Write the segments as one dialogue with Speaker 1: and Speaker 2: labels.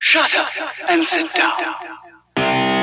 Speaker 1: Shut up and sit down.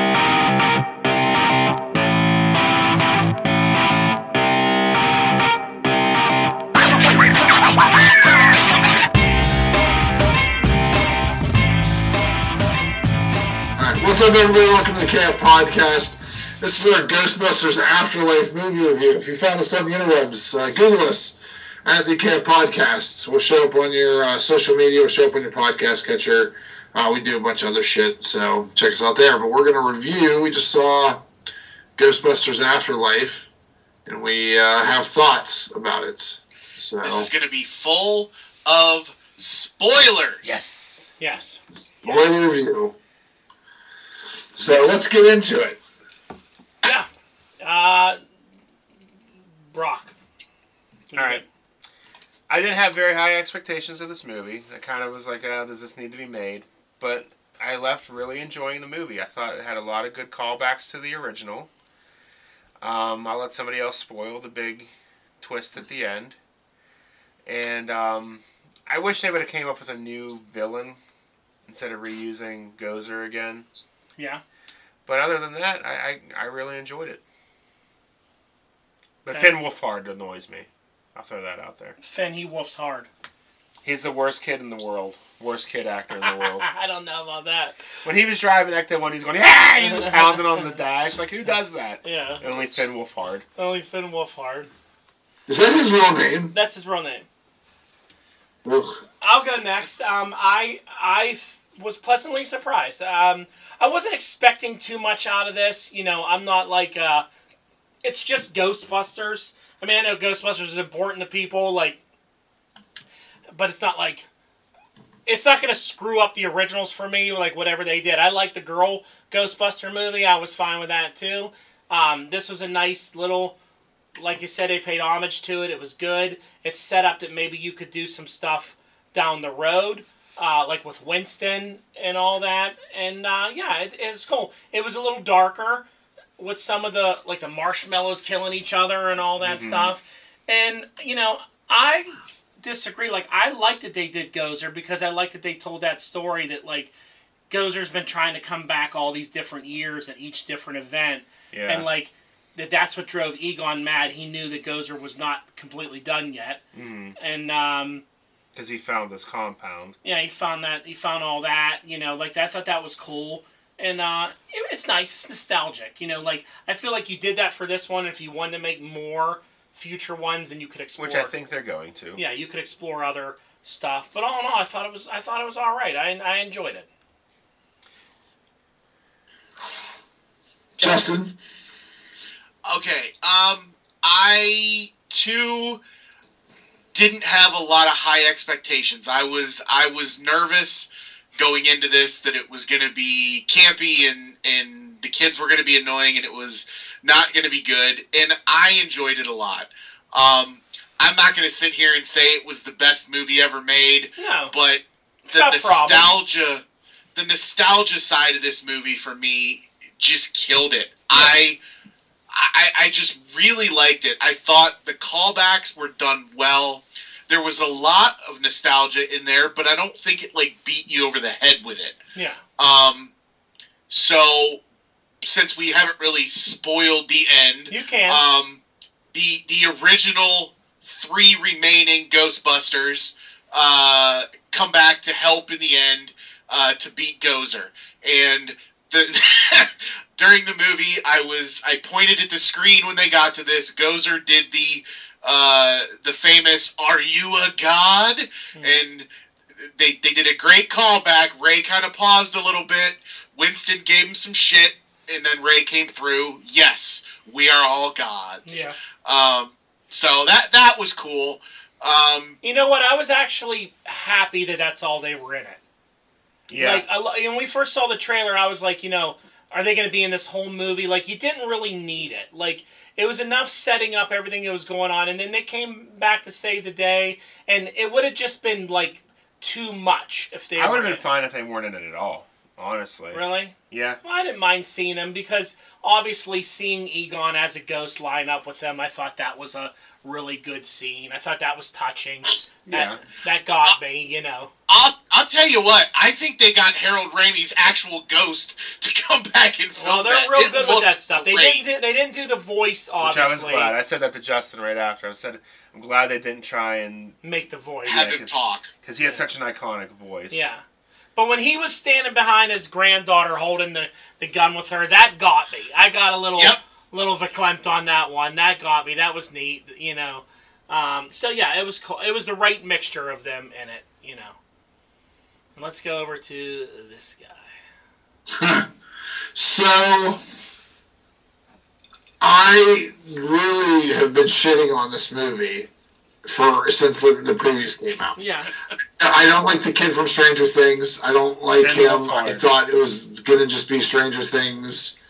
Speaker 2: Alright, what's up, everybody? Welcome to the KF Podcast. This is our Ghostbusters Afterlife movie review. If you found us on the interwebs, uh, Google us at the KF Podcast. We'll show up on your uh, social media, we'll show up on your podcast catcher. Uh, we do a bunch of other shit, so check us out there. But we're going to review. We just saw Ghostbusters Afterlife, and we uh, have thoughts about it. So,
Speaker 3: This is going to be full of spoilers.
Speaker 4: Yes.
Speaker 5: Yes.
Speaker 2: spoiler review. So, let's get into it.
Speaker 5: Uh, Brock.
Speaker 4: All right. I didn't have very high expectations of this movie. I kind of was like, uh, does this need to be made? But I left really enjoying the movie. I thought it had a lot of good callbacks to the original. Um, I'll let somebody else spoil the big twist at the end. And um, I wish they would have came up with a new villain instead of reusing Gozer again.
Speaker 5: Yeah.
Speaker 4: But other than that, I I, I really enjoyed it. But
Speaker 5: Okay.
Speaker 4: Finn Wolfhard annoys me. I'll throw that out there.
Speaker 5: Finn, he woofs hard.
Speaker 4: He's the worst kid in the world. Worst kid actor in the world.
Speaker 5: I don't know about that.
Speaker 4: when he was driving Ecto One, he's going, yeah, he was pounding on the dash. Like who does that?
Speaker 5: Yeah.
Speaker 4: Only Finn Wolfhard.
Speaker 5: Only Finn wolf hard.
Speaker 2: Is that his real name?
Speaker 5: That's his real name.
Speaker 2: Ugh.
Speaker 5: I'll go next. Um, I I th- was pleasantly surprised. Um, I wasn't expecting too much out of this. You know, I'm not like uh, it's just Ghostbusters. I mean, I know Ghostbusters is important to people, like, but it's not like it's not gonna screw up the originals for me. Like whatever they did, I like the girl Ghostbuster movie. I was fine with that too. Um, this was a nice little like you said, they paid homage to it. It was good. It's set up that maybe you could do some stuff down the road, uh, like with Winston and all that. And uh, yeah, it, it's cool. It was a little darker with some of the like the marshmallows killing each other and all that stuff. And you know, I disagree. Like I liked that they did Gozer because I liked that they told that story that like Gozer's been trying to come back all these different years at each different event
Speaker 4: Yeah.
Speaker 5: and like that that's what drove Egon mad. He knew that Gozer was not completely done yet,
Speaker 4: Mm.
Speaker 5: and um,
Speaker 4: Because he found this compound.
Speaker 5: yeah, he found that he found all that. You know, like I thought that was cool, and uh, it, it's nice. It's nostalgic. You know, like I feel like you did that for this one. If you wanted to make more future ones, and you could explore,
Speaker 4: Which I think they're going to.
Speaker 5: yeah, you could explore other stuff. But all in all, I thought it was I thought it was all right. I I enjoyed it.
Speaker 2: Justin,
Speaker 3: Okay. Um, I too didn't have a lot of high expectations. I was I was nervous going into this that it was going to be campy and and the kids were going to be annoying and it was not going to be good. And I enjoyed it a lot. Um, I'm not going to sit here and say it was the best movie ever made,
Speaker 5: No,
Speaker 3: but
Speaker 5: it's
Speaker 3: the
Speaker 5: got problems.
Speaker 3: nostalgia the nostalgia side of this movie for me just killed it I, I i just really liked it i thought the callbacks were done well there was a lot of nostalgia in there but i don't think it like beat you over the head with it
Speaker 5: Yeah,
Speaker 3: um so since we haven't really spoiled the end
Speaker 5: you can.
Speaker 4: uh,
Speaker 3: um, the the original three remaining Ghostbusters uh, come back to help in the end uh, to beat Gozer. And the, during the movie, I was I pointed at the screen when they got to this. Gozer did the uh, the famous "Are you a god?"
Speaker 5: Hmm.
Speaker 3: and they they did a great callback. Ray kind of paused a little bit. Winston gave him some shit, and then Ray came through. Yes, we are all gods.
Speaker 5: yeah.
Speaker 3: Um, so that that was cool. Um,
Speaker 5: You know what? I was actually happy that that's all they were in it.
Speaker 4: Yeah.
Speaker 5: Like I, lo- when we first saw the trailer, I was like, you know, are they going to be in this whole movie? Like you didn't really need it. Like it was enough setting up everything that was going on, and then they came back to save the day, and it would have just been like too much if they.
Speaker 4: I would
Speaker 5: were
Speaker 4: have
Speaker 5: in
Speaker 4: been fine if they weren't in it at all. Honestly.
Speaker 5: it. Really?
Speaker 4: Yeah.
Speaker 5: Well, I didn't mind seeing them because obviously seeing Egon as a ghost line up with them, I thought that was a really good scene. I thought that was touching.
Speaker 4: Yeah.
Speaker 5: That, that got me, you know.
Speaker 3: I'll I'll tell you what, I think they got Harold Ramis' actual ghost to come back and
Speaker 5: Well,
Speaker 3: film
Speaker 5: Oh, they're
Speaker 3: that.
Speaker 5: real
Speaker 3: It
Speaker 5: good with
Speaker 3: looked
Speaker 5: that stuff. They
Speaker 3: great.
Speaker 5: didn't. Do, they didn't do the voice,
Speaker 4: Which
Speaker 5: obviously.
Speaker 4: I was glad. I said that to Justin right after. I said, I'm glad they didn't try and.
Speaker 5: Make the voice.
Speaker 3: have him
Speaker 4: it's-
Speaker 3: talk.
Speaker 4: Because he has
Speaker 5: Yeah.
Speaker 4: such an iconic voice.
Speaker 5: Yeah. But when he was standing behind his granddaughter holding the, the gun with her, that got me. I got a little
Speaker 3: Yep.
Speaker 5: little verklempt on that one. That got me. That was neat, you know. Um, so yeah, it was cool. It was the right mixture of them in it, you know. And let's go over to this guy.
Speaker 2: So I really have been shitting on this movie for since the, the previous came out.
Speaker 5: Yeah.
Speaker 2: I don't like the kid from Stranger Things. I don't like
Speaker 4: Finn
Speaker 2: him.
Speaker 4: Wolfhard.
Speaker 2: I thought it was gonna just be Stranger Things.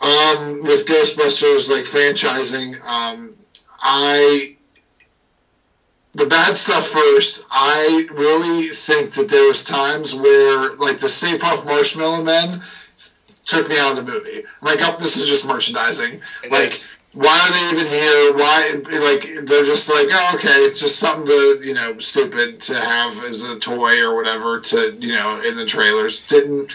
Speaker 2: Um, with Ghostbusters like franchising, um, I the bad stuff first. I really think that there was times where like the Safe Huff Marshmallow Men took me out of the movie. Like, oh, this is just merchandising.
Speaker 4: It
Speaker 2: like,
Speaker 4: is.
Speaker 2: why are they even here? Why, like, they're just like, oh, okay, it's just something to, you know, stupid to have as a toy or whatever to, you know, in the trailers. Didn't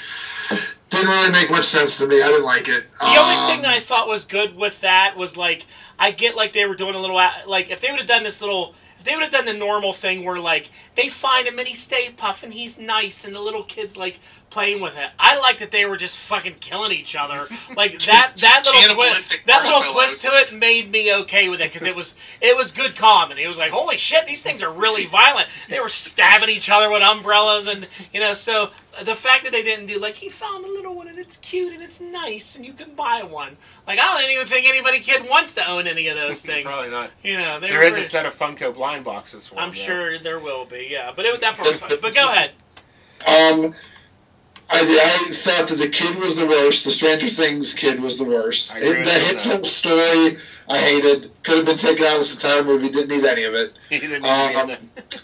Speaker 2: didn't really make much sense to me. I didn't like it. Um,
Speaker 5: The only thing that I thought was good with that was like I get like they were doing a little a- like if they would have done this little if they would have done the normal thing where like they find him and he stay puff and he's nice and the little kids like playing with it. I like that they were just fucking killing each other. Like that that little twist
Speaker 3: Cannibalistic
Speaker 5: that little
Speaker 3: marshmallows.
Speaker 5: twist to it made me okay with it because it was it was good comedy. It was like holy shit, these things are really violent. They were stabbing each other with umbrellas and you know so the fact that they didn't do like he found the little one and it's cute and it's nice and you can buy one. Like I don't even think anybody kid wants to own any of those things.
Speaker 4: Probably not.
Speaker 5: You know they
Speaker 4: There
Speaker 5: were
Speaker 4: is a
Speaker 5: pretty-
Speaker 4: set of Funko blind boxes for him,
Speaker 5: I'm
Speaker 4: though.
Speaker 5: sure there will be, yeah. But it, that part was fun. But go ahead.
Speaker 2: Um, I, I thought that the kid was the worst. The Stranger Things kid was the worst.
Speaker 4: I agree
Speaker 2: It,
Speaker 4: with
Speaker 2: the
Speaker 4: you on
Speaker 2: his
Speaker 4: that.
Speaker 2: whole story, I hated. Could have been taken out of this entire movie. Didn't need any of it.
Speaker 4: He didn't
Speaker 2: Uh,
Speaker 4: need it.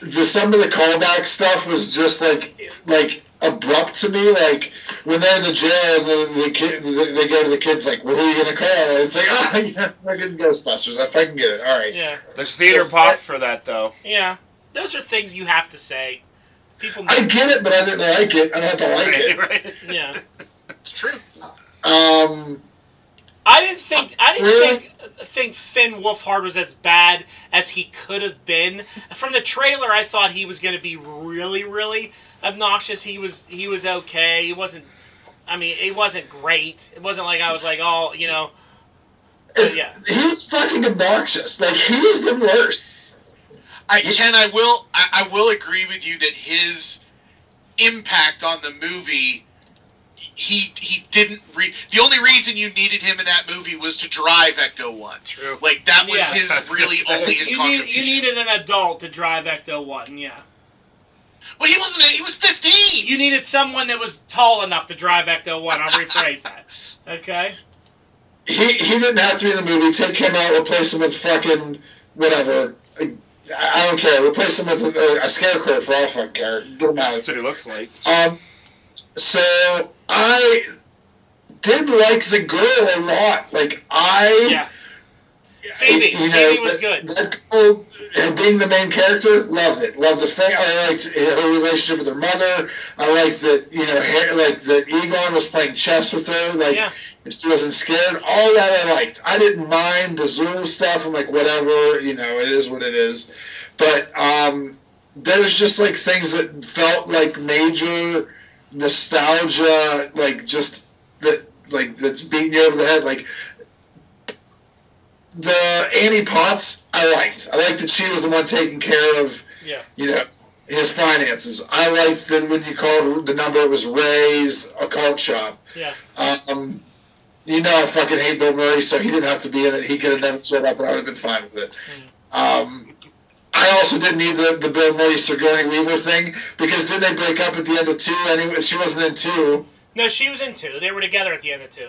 Speaker 2: the some of the callback stuff was just like like abrupt to me. Like when they're in the jail, and the, the kid the, they go to the kids like, "Well, who are you gonna call?" And it's like, "Ah, yeah, fucking Ghostbusters. If I can get it, all right."
Speaker 5: Yeah,
Speaker 4: The theater
Speaker 5: eh,
Speaker 4: popped for that, though.
Speaker 5: yeah. Those are things you have to say. People,
Speaker 2: I get it, but I didn't like it. I don't have to like
Speaker 4: Right,
Speaker 2: it.
Speaker 4: right.
Speaker 5: yeah.
Speaker 3: True.
Speaker 2: Um,
Speaker 5: I didn't think I didn't
Speaker 2: Really?
Speaker 5: think think Finn Wolfhard was as bad as he could have been. From the trailer, I thought he was going to be really, really obnoxious. He was he was okay. He wasn't. I mean, it wasn't great. It wasn't like I was like, oh, you know, but yeah.
Speaker 2: he's fucking obnoxious. Like he's the worst.
Speaker 3: I Ken, I will I, I will agree with you that his impact on the movie he he didn't re- the only reason you needed him in that movie was to drive Ecto One.
Speaker 4: True.
Speaker 3: Like that was
Speaker 5: Yes,
Speaker 4: I was
Speaker 3: his
Speaker 4: gonna
Speaker 3: really
Speaker 4: say.
Speaker 3: only his
Speaker 5: You, need,
Speaker 3: contribution.
Speaker 5: you needed an adult to drive Ecto One, yeah.
Speaker 3: but he wasn't he was fifteen.
Speaker 5: You needed someone that was tall enough to drive Ecto One. I'll rephrase that. Okay.
Speaker 2: He he didn't have to be in the movie. Take him out. Replace him with fucking whatever. I, I don't care. Replace him with a, a scarecrow for all I fucking care. Don't matter.
Speaker 4: That's what he looks like.
Speaker 2: Um, so I did like the girl a lot. Like I,
Speaker 5: Yeah. Phoebe.
Speaker 2: you know,
Speaker 5: Phoebe was
Speaker 2: that-
Speaker 5: good.
Speaker 2: That girl uh, being the main character, loved it. Loved the fa- I liked her relationship with her mother. I liked that you know, Har- like that Egon was playing chess with her. Like
Speaker 5: Yeah.
Speaker 2: she wasn't scared. All that I liked. I didn't mind the Zool stuff. I'm like, whatever, you know, it is what it is. But um, there's just like things that felt like major nostalgia, like just that, like that's beating you over the head. Like the Annie Potts, I liked. I liked that she was the one taking care of
Speaker 5: Yeah.
Speaker 2: you know, his finances. I liked that when you called the number, it was Ray's occult shop.
Speaker 5: Yeah.
Speaker 2: Um, you know, I fucking hate Bill Murray, so he didn't have to be in it. He could have never showed up, and I would have been fine with it.
Speaker 5: Hmm.
Speaker 2: Um, I also didn't need the, the Bill Murray Sigourney Weaver thing because didn't they break up at the end of two anyway? She wasn't in two.
Speaker 5: No, she was in two. They were together at the end of two.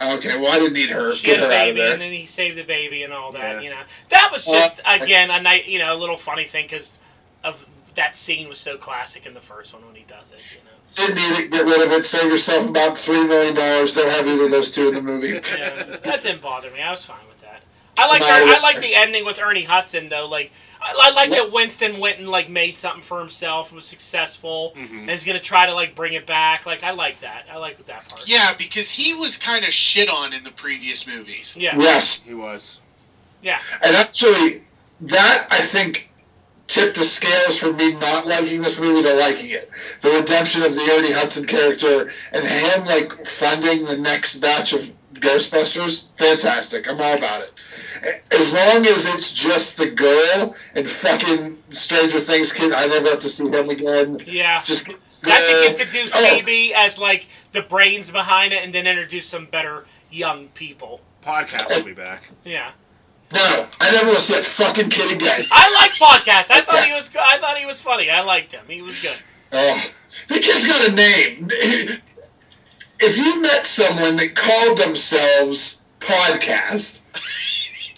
Speaker 2: Okay, well I didn't need her.
Speaker 5: She
Speaker 2: Get
Speaker 5: had a
Speaker 2: her out of
Speaker 5: baby,
Speaker 2: there.
Speaker 5: and then he saved the baby and all that.
Speaker 4: Yeah.
Speaker 5: You know, that was
Speaker 2: Uh,
Speaker 5: just
Speaker 2: I-
Speaker 5: again a night, you know, a little funny thing because of that scene was so classic in the first one when he does it. You know, it's-
Speaker 2: Didn't need it. Get rid of it. Save yourself about three million dollars. Don't have either of those two in the movie.
Speaker 5: yeah, that didn't bother me. I was fine with that. I like
Speaker 2: No,
Speaker 5: that.
Speaker 2: it
Speaker 5: I
Speaker 2: was-
Speaker 5: like the ending with Ernie Hudson though. Like I, I like
Speaker 2: Yes.
Speaker 5: that Winston went and like made something for himself, was successful,
Speaker 4: hmm
Speaker 5: and is gonna try to like bring it back. Like I like that. I like that part.
Speaker 3: Yeah, because he was kind of shit on in the previous movies.
Speaker 5: Yeah.
Speaker 2: Yes,
Speaker 4: He was.
Speaker 5: Yeah.
Speaker 2: and actually, that I think tipped the scales from me not liking this movie to liking it. The redemption of the Ernie Hudson character and him like funding the next batch of Ghostbusters, fantastic. I'm all about it. As long as it's just the girl and fucking Stranger Things kid, I never have to see him again.
Speaker 5: Yeah.
Speaker 2: Just
Speaker 5: I think you could do
Speaker 2: Oh.
Speaker 5: Phoebe as like the brains behind it, and then introduce some better young people.
Speaker 4: Podcast will be back.
Speaker 5: Yeah,
Speaker 2: no, I never want to see that fucking kid again.
Speaker 5: I like podcast. I thought he was. go- I thought he was funny. I liked him. He was good.
Speaker 2: Oh, the kid's got a name. If you met someone that called themselves podcast,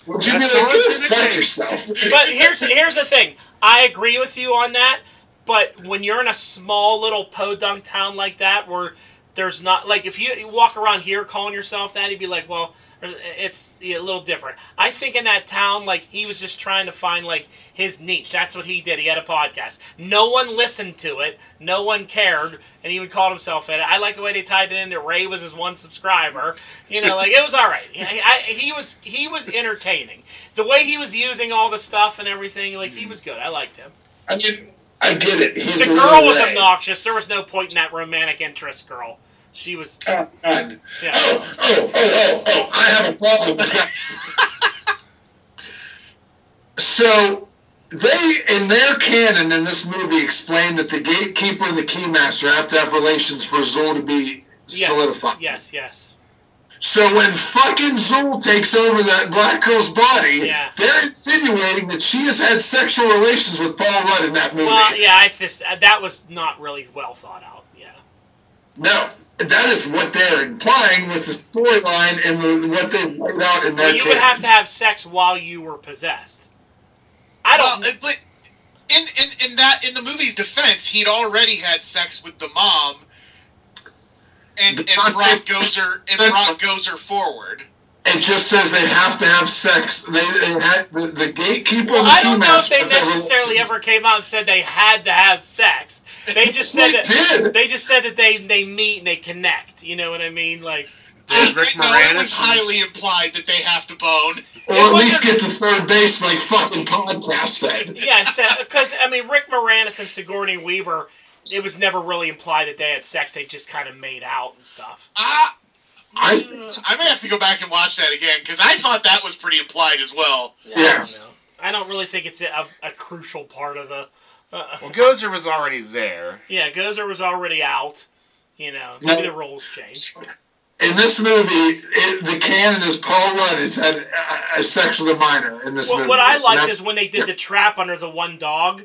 Speaker 2: would you
Speaker 4: That's
Speaker 2: be
Speaker 4: the
Speaker 2: like,
Speaker 4: worst thing
Speaker 2: "Go
Speaker 4: to
Speaker 2: fuck
Speaker 4: say."
Speaker 2: yourself?
Speaker 5: But here's here's the thing. I agree with you on that. But when you're in a small little podunk town like that, where there's not like if you walk around here calling yourself that, you'd be like, well, there's- it's yeah, a little different. I think in that town, like he was just trying to find like his niche. That's what he did. He had a podcast. No one listened to it. No one cared, and he would call himself it. I like the way they tied it in. That Ray was his one subscriber. You know, like it was all right. I, I, he was he was entertaining. The way he was using all the stuff and everything, like he was good. I liked him.
Speaker 2: I mean, I get it. He's
Speaker 5: The girl was
Speaker 2: a
Speaker 5: obnoxious. There was no point in that romantic interest girl. She was
Speaker 2: Oh, God.
Speaker 5: yeah.
Speaker 2: oh, oh, oh, oh, oh, I have a problem with that. so they in their canon in this movie explain that the gatekeeper and the keymaster have to have relations for Zul to be
Speaker 5: Yes,
Speaker 2: solidified.
Speaker 5: Yes, yes.
Speaker 2: So when fucking Zool takes over that black girl's body,
Speaker 5: Yeah.
Speaker 2: they're insinuating that she has had sexual relations with Paul Rudd in that movie.
Speaker 5: Well, yeah, I just, uh, that was not really well thought out. Yeah.
Speaker 2: No, that is what they're implying with the storyline and the, what they laid out in their.
Speaker 5: Well, you would
Speaker 2: canon.
Speaker 5: have to have sex while you were possessed. I don't.
Speaker 3: Well, but in, in in that in the movie's defense, he'd already had sex with the mom, and
Speaker 2: The
Speaker 3: and brought
Speaker 2: context-
Speaker 3: Gozer and brought Gozer forward.
Speaker 2: It just says they have to have sex. They, they had the, the gatekeeper.
Speaker 5: well,
Speaker 2: and the
Speaker 5: I don't know if
Speaker 2: keymaster
Speaker 5: they
Speaker 2: have to have
Speaker 5: necessarily
Speaker 2: relations.
Speaker 5: ever came out and said they had to have sex. They just said
Speaker 2: They
Speaker 5: that
Speaker 2: did.
Speaker 5: they just said that they they meet and they connect. You know what I mean? Like
Speaker 3: I
Speaker 4: Did Rick
Speaker 3: think, no, it was
Speaker 4: Moranis? and-
Speaker 3: highly implied that they have to bone.
Speaker 2: Or
Speaker 5: It
Speaker 2: at least
Speaker 5: wasn't-
Speaker 2: get to third base like fucking podcast said.
Speaker 5: yeah, because I mean Rick Moranis and Sigourney Weaver. It was never really implied that they had sex. They just kind of made out and stuff.
Speaker 3: I,
Speaker 2: I-
Speaker 3: I may have to go back and watch that again because I thought that was pretty implied as well.
Speaker 5: I don't
Speaker 2: Yes.
Speaker 5: know. I don't really think it's a, a crucial part of the. Uh,
Speaker 4: Well, Gozer was already there.
Speaker 5: yeah, Gozer was already out. You know, maybe
Speaker 2: No.
Speaker 5: the roles changed.
Speaker 2: In this movie, it, the canon is Paul Rudd has had a, a sex with a minor in this
Speaker 5: What,
Speaker 2: movie.
Speaker 5: what I liked
Speaker 2: And
Speaker 5: is when they did the trap under the one dog,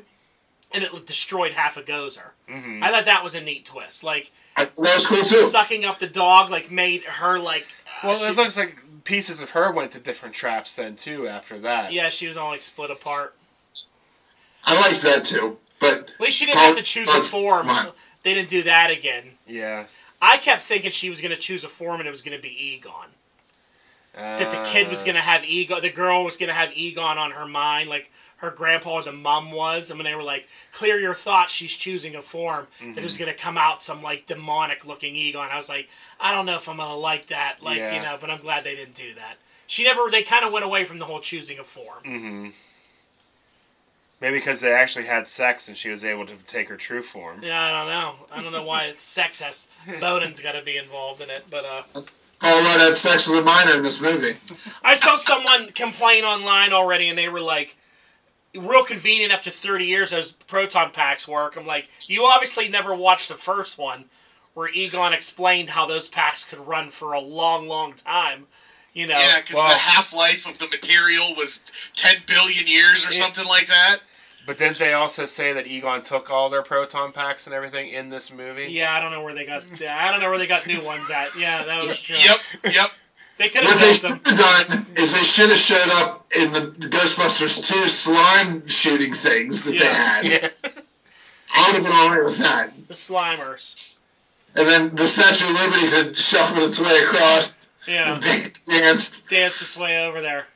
Speaker 5: and it destroyed half of Gozer.
Speaker 4: hmm
Speaker 5: I thought that was a neat twist. Like
Speaker 2: I- that was cool too.
Speaker 5: sucking up the dog, like made her like. uh,
Speaker 4: Well,
Speaker 5: she-
Speaker 4: it looks like pieces of her went to different traps then too. After that,
Speaker 5: yeah, she was all like split apart.
Speaker 2: I liked that too. But
Speaker 5: At least she didn't have to choose a
Speaker 2: That's
Speaker 5: form.
Speaker 2: mine.
Speaker 5: They didn't do that again.
Speaker 4: yeah.
Speaker 5: I kept thinking she was going to choose a form and it was going to be Egon. That the kid was
Speaker 4: Uh,
Speaker 5: going to have Egon, the girl was going to have Egon on her mind, like her grandpa or the mum was. And when they were like, clear your thoughts, she's choosing a form, that it was going to come out some like demonic looking Egon. I was like, I don't know if I'm going to like that. Like, you
Speaker 4: Yeah.
Speaker 5: know, but I'm glad they didn't do that. She never, they kind of went away from the whole choosing a form.
Speaker 4: hmm Maybe because they actually had sex and she was able to take her true form.
Speaker 5: Yeah, I don't know. I don't know why sex has Bowden's got to be involved in it, but uh,
Speaker 2: that's- Paul Rudd had sex with a minor in this movie.
Speaker 5: I saw someone complain online already, and they were like, "Real convenient after 30 years those proton packs work." I'm like, you obviously never watched the first one, where Egon explained how those packs could run for a long, long time. You know,
Speaker 3: Yeah, because
Speaker 4: Wow.
Speaker 3: the half life of the material was 10 billion years or
Speaker 4: Yeah.
Speaker 3: something like that.
Speaker 4: But didn't they also say that Egon took all their proton packs and everything in this movie?
Speaker 5: yeah, I don't know where they got. I don't know where they got new ones at. Yeah, that was true.
Speaker 3: Yep, yep.
Speaker 5: They could have
Speaker 2: What they
Speaker 5: built
Speaker 2: should
Speaker 5: them.
Speaker 2: have done is they should have showed up in the Ghostbusters 2 slime shooting things that they
Speaker 5: Yeah.
Speaker 2: had.
Speaker 4: Yeah.
Speaker 2: I would have been alright with that.
Speaker 5: The Slimers.
Speaker 2: And then the Statue of Liberty could shuffle its way across
Speaker 5: Yeah,
Speaker 2: and dan- danced.
Speaker 5: dance this way over there.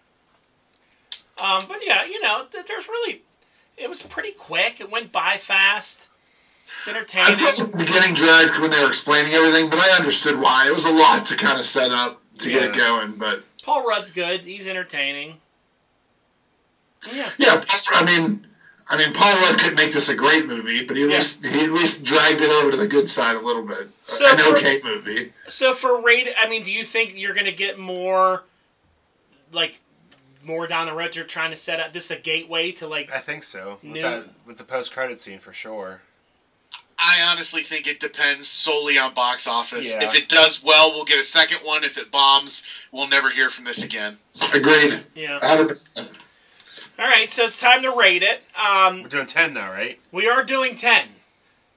Speaker 5: Um, but yeah, you know, th- there's really, it was pretty quick. It went by fast. It's
Speaker 2: I
Speaker 5: entertaining.
Speaker 2: felt the beginning dragged when they were explaining everything, but I understood why. It was a lot to kind of set up to get it
Speaker 4: Yeah.
Speaker 2: going, but
Speaker 5: Paul Rudd's good. He's entertaining. Yeah.
Speaker 2: yeah, I mean, I mean, Paul Rudd could make this a great movie, but he at
Speaker 5: Yeah.
Speaker 2: least he at least dragged it over to the good side a little bit.
Speaker 5: So
Speaker 2: An
Speaker 5: for-
Speaker 2: okay movie.
Speaker 5: So for rated, I mean, do you think you're gonna get more, like, more down the road? You're trying to set up this is a gateway to like.
Speaker 4: I think so. With,
Speaker 5: No.
Speaker 4: that, with the post credit scene for sure.
Speaker 3: I honestly think it depends solely on box office.
Speaker 4: Yeah.
Speaker 3: If it does well, we'll get a second one. If it bombs, we'll never hear from this again.
Speaker 2: Agreed.
Speaker 5: Yeah.
Speaker 2: 100%.
Speaker 5: All right, so it's time to rate it. Um,
Speaker 4: We're doing 10 now, right?
Speaker 5: we are doing ten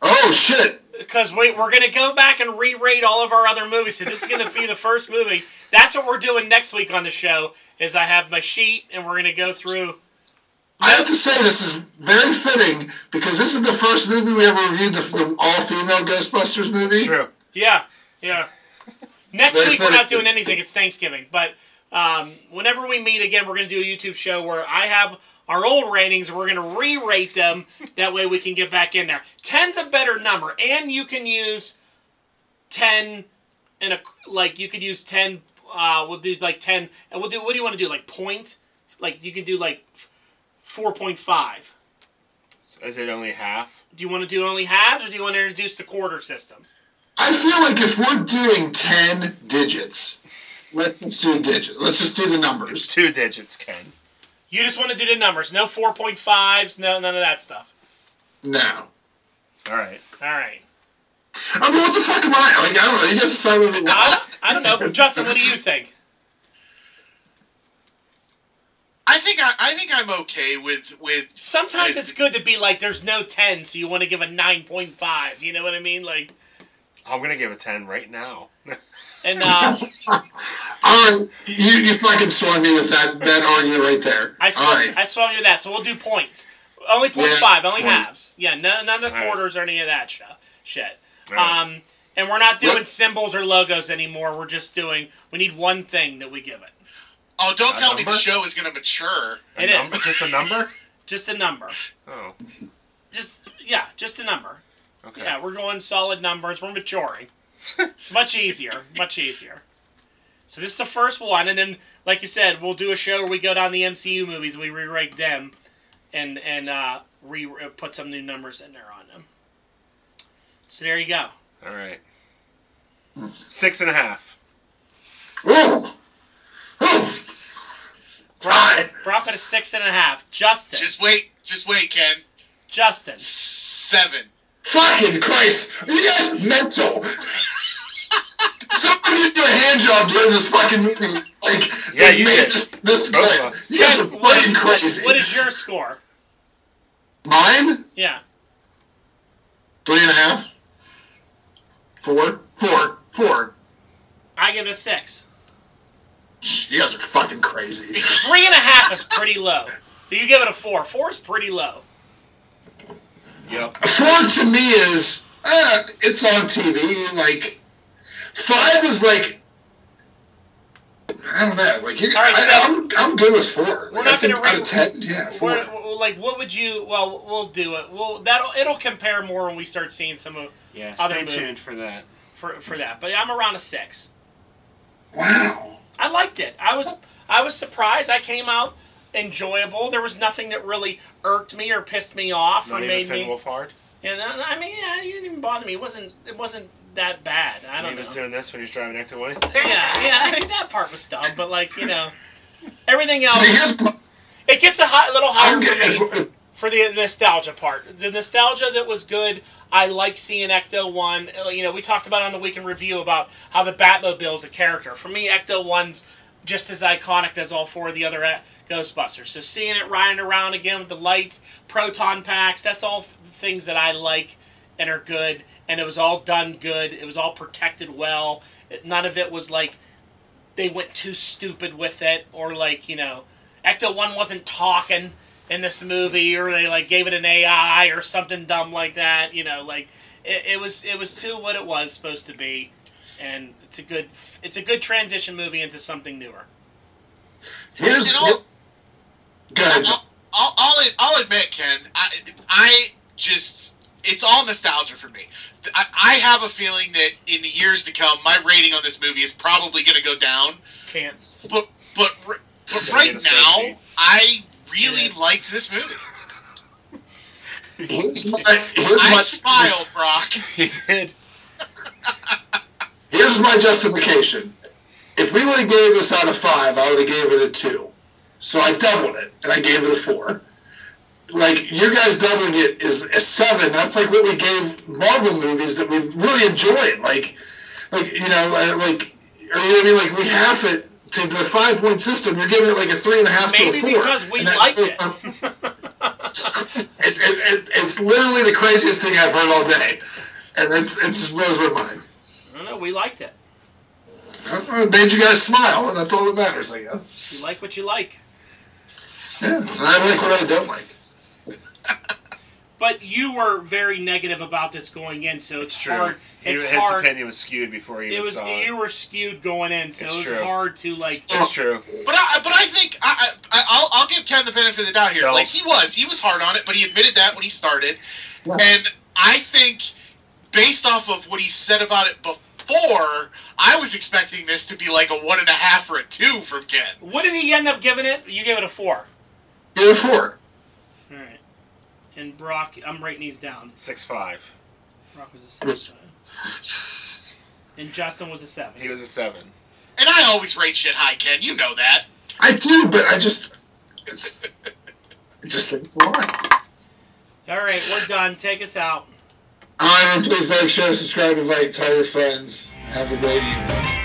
Speaker 2: Oh shit!
Speaker 5: because we we're gonna go back and re-rate all of our other movies. So this is gonna be the first movie. That's what we're doing next week on the show. Is I have my sheet and we're gonna go through.
Speaker 2: I have to say this is very fitting because this is the first movie we ever reviewed the, the all-female Ghostbusters movie.
Speaker 4: It's true.
Speaker 5: Yeah, yeah. Next
Speaker 2: Very
Speaker 5: week we're not
Speaker 2: funny.
Speaker 5: doing anything. It's Thanksgiving, but um, whenever we meet again, we're going to do a YouTube show where I have our old ratings and we're going to re-rate them. that way we can get back in there. Ten's a better number, and you can use ten and a like you could use ten. Uh, we'll do like ten, and we'll do. What do you want to do? Like point? Like you can do like four point five.
Speaker 4: Is it only half?
Speaker 5: Do you want to do only halves, or do you want to introduce the quarter system?
Speaker 2: I feel like if we're doing ten digits, let's just do digit. Let's just do the
Speaker 4: It's
Speaker 2: numbers.
Speaker 4: two digits, Ken.
Speaker 5: You just want to do the numbers, no 4.5s, no none of that stuff.
Speaker 2: No.
Speaker 4: All right.
Speaker 5: All right.
Speaker 2: I mean, what the fuck am I? Like, I don't know. You guys decide what you
Speaker 5: I,
Speaker 2: want.
Speaker 5: I don't know, Justin. What do you think?
Speaker 3: I think I, I think I'm okay with with
Speaker 5: Sometimes it's good to be like, there's no 10, so you want to give a 9.5. You know what I mean? Like,
Speaker 4: I'm going to give a 10 right now.
Speaker 5: and uh,
Speaker 2: All right, you, you fucking swung me with that that argument right there.
Speaker 5: I swung,
Speaker 2: All right.
Speaker 5: I swung you that, so we'll do points. Only point
Speaker 2: Yeah,
Speaker 5: five, only
Speaker 2: points.
Speaker 5: halves. Yeah, no, none of the
Speaker 4: All right.
Speaker 5: quarters or any of that sho- shit.
Speaker 4: All right.
Speaker 5: Um, and we're not doing
Speaker 2: What?
Speaker 5: symbols or logos anymore. We're just doing. We need one thing that we give it.
Speaker 3: Oh, don't
Speaker 4: A
Speaker 3: tell me the
Speaker 4: number?
Speaker 3: show is going to mature.
Speaker 4: A
Speaker 5: it is.
Speaker 4: number- Just a number?
Speaker 5: Just a number.
Speaker 4: Oh,
Speaker 5: Just yeah, just a number.
Speaker 4: okay.
Speaker 5: Yeah, we're going solid numbers. We're maturing. it's much easier. Much easier. So this is the first one, and then, like you said, we'll do a show where we go down the MCU movies, we re-rate them, and and uh, re uh, put some new numbers in there on them. So there you go.
Speaker 4: All right. Six and a half.
Speaker 2: Oh. Oh. All right.
Speaker 5: Brock at a six and a half. Justin.
Speaker 3: Just wait, just wait, Ken.
Speaker 5: Justin.
Speaker 3: Seven.
Speaker 2: Fucking Christ. You guys mental. Somebody did you a hand job during this fucking meeting. Like,
Speaker 4: Yeah,
Speaker 2: they
Speaker 4: you
Speaker 2: made
Speaker 4: did.
Speaker 2: This, this
Speaker 4: Both
Speaker 2: clip.
Speaker 4: of us.
Speaker 2: You guys
Speaker 5: Ken,
Speaker 2: are
Speaker 5: what is-
Speaker 2: fucking crazy.
Speaker 5: What is your score?
Speaker 2: Mine?
Speaker 5: Yeah.
Speaker 2: Three and a half. Four. Four. Four.
Speaker 5: I give it a six.
Speaker 2: You guys are fucking crazy.
Speaker 5: Three and a half is pretty low. You give it a four. Four is pretty low.
Speaker 4: Yep.
Speaker 2: Four to me is uh, it's on TV. Like five is like I don't know. Like you,
Speaker 5: All right,
Speaker 2: I,
Speaker 5: so-
Speaker 2: I'm, I'm good with four.
Speaker 5: We're
Speaker 2: Like,
Speaker 5: not
Speaker 2: I think
Speaker 5: gonna rate-
Speaker 2: out of ten. Yeah, four.
Speaker 5: We're, we're like, what would you? Well, we'll do it. We'll that'll it'll compare more when we start seeing some of
Speaker 4: Yeah,
Speaker 5: Other
Speaker 4: stay
Speaker 5: movie.
Speaker 4: tuned for that.
Speaker 5: for for that. But I'm around a six.
Speaker 2: Wow.
Speaker 5: I liked it. I was I was surprised. I came out enjoyable. There was nothing that really irked me or pissed me off
Speaker 4: Not
Speaker 5: or
Speaker 4: even
Speaker 5: made
Speaker 4: Finn
Speaker 5: me.
Speaker 4: Wolfhard?
Speaker 5: Yeah, no, no, I mean, yeah, it didn't even bother me. It wasn't it wasn't that bad. I
Speaker 4: When
Speaker 5: don't
Speaker 4: he was
Speaker 5: know.
Speaker 4: doing this when he was driving Ecto One.
Speaker 5: Yeah, yeah. I mean, that part was dumb, but like you know, everything
Speaker 2: So
Speaker 5: else
Speaker 2: here's what
Speaker 5: it gets a hot, little higher
Speaker 2: I'm
Speaker 5: for me.
Speaker 2: getting.
Speaker 5: for the nostalgia part. The nostalgia that was good. I like seeing Ecto One. Uh, You know, we talked about on the weekend review about how the Batmobile is a character. For me, Ecto One's just as iconic as all four of the other uh, Ghostbusters. So seeing it riding around again with the lights, proton packs. That's all th- things that I like and are good. And it was all done good. It was all protected well. It, none of it was like they went too stupid with it or like you know ecto 1 wasn't talking in this movie or they like gave it an ai or something dumb like that you know like it, it was it was to what it was supposed to be and it's a good it's a good transition movie into something newer
Speaker 2: Here's
Speaker 3: And all-
Speaker 2: Go ahead. John.
Speaker 3: I'll, I'll, I'll admit, Ken, I, I just, it's all nostalgia for me. I, I have a feeling that in the years to come, my rating on this movie is probably going to go down.
Speaker 5: Can't.
Speaker 3: But, but, r- but
Speaker 4: Yeah,
Speaker 3: right
Speaker 4: it's
Speaker 3: now,
Speaker 4: thirsty.
Speaker 3: I really
Speaker 5: Yes.
Speaker 3: liked this movie.
Speaker 2: Here's my, here's
Speaker 3: I
Speaker 2: my,
Speaker 3: smiled, Brock.
Speaker 4: He did.
Speaker 2: Here's my justification. If we would have gave this out of five, I would have gave it a two. So I doubled it and I gave it a four. Like you guys doubling it is a seven. That's like what we gave Marvel movies that we really enjoyed. Like, like you know, like- like or you know what I mean. Like we half it to the five point system. You're giving it like a three and a half to
Speaker 5: Maybe
Speaker 2: a four.
Speaker 5: because we
Speaker 2: And that
Speaker 5: liked
Speaker 2: goes
Speaker 5: it.
Speaker 2: on- it, it, it, it's literally the craziest thing I've heard all day, and it's it just blows my mind.
Speaker 5: I don't know. We liked it.
Speaker 2: Uh, made you guys smile, and that's all that matters, I guess.
Speaker 5: You like what you like.
Speaker 2: Yeah, and I like what I don't like.
Speaker 5: But you were very negative about this going in, so it's,
Speaker 4: It's true.
Speaker 5: hard.
Speaker 4: He-
Speaker 5: it's
Speaker 4: his
Speaker 5: hard.
Speaker 4: opinion was skewed before he
Speaker 5: It
Speaker 4: even
Speaker 5: was
Speaker 4: saw it.
Speaker 5: you were skewed going in, so
Speaker 4: It's
Speaker 5: it was
Speaker 4: true.
Speaker 5: hard to like.
Speaker 4: It's true.
Speaker 3: But I, but I think I, I I'll, I'll give Ken the benefit of the doubt here.
Speaker 4: Don't.
Speaker 3: Like he was, he was hard on it, but he admitted that when he started.
Speaker 2: Yeah.
Speaker 3: And I think, based off of what he said about it before, I was expecting this to be like a one and a half or a two from Ken.
Speaker 5: What did he end up giving it? You gave it a four.
Speaker 2: Give it a four.
Speaker 5: All right. And Brock, I'm writing these down.
Speaker 4: Six five.
Speaker 5: Brock was a six. and Justin was a seven.
Speaker 4: He was a seven.
Speaker 3: And I always rate shit high, Ken. You know that.
Speaker 2: I do, but I just, it's, I just think it's a lot.
Speaker 5: All right, we're done. Take us out.
Speaker 2: All right, everyone, please like, share, subscribe, invite, tell your friends. Have a great evening.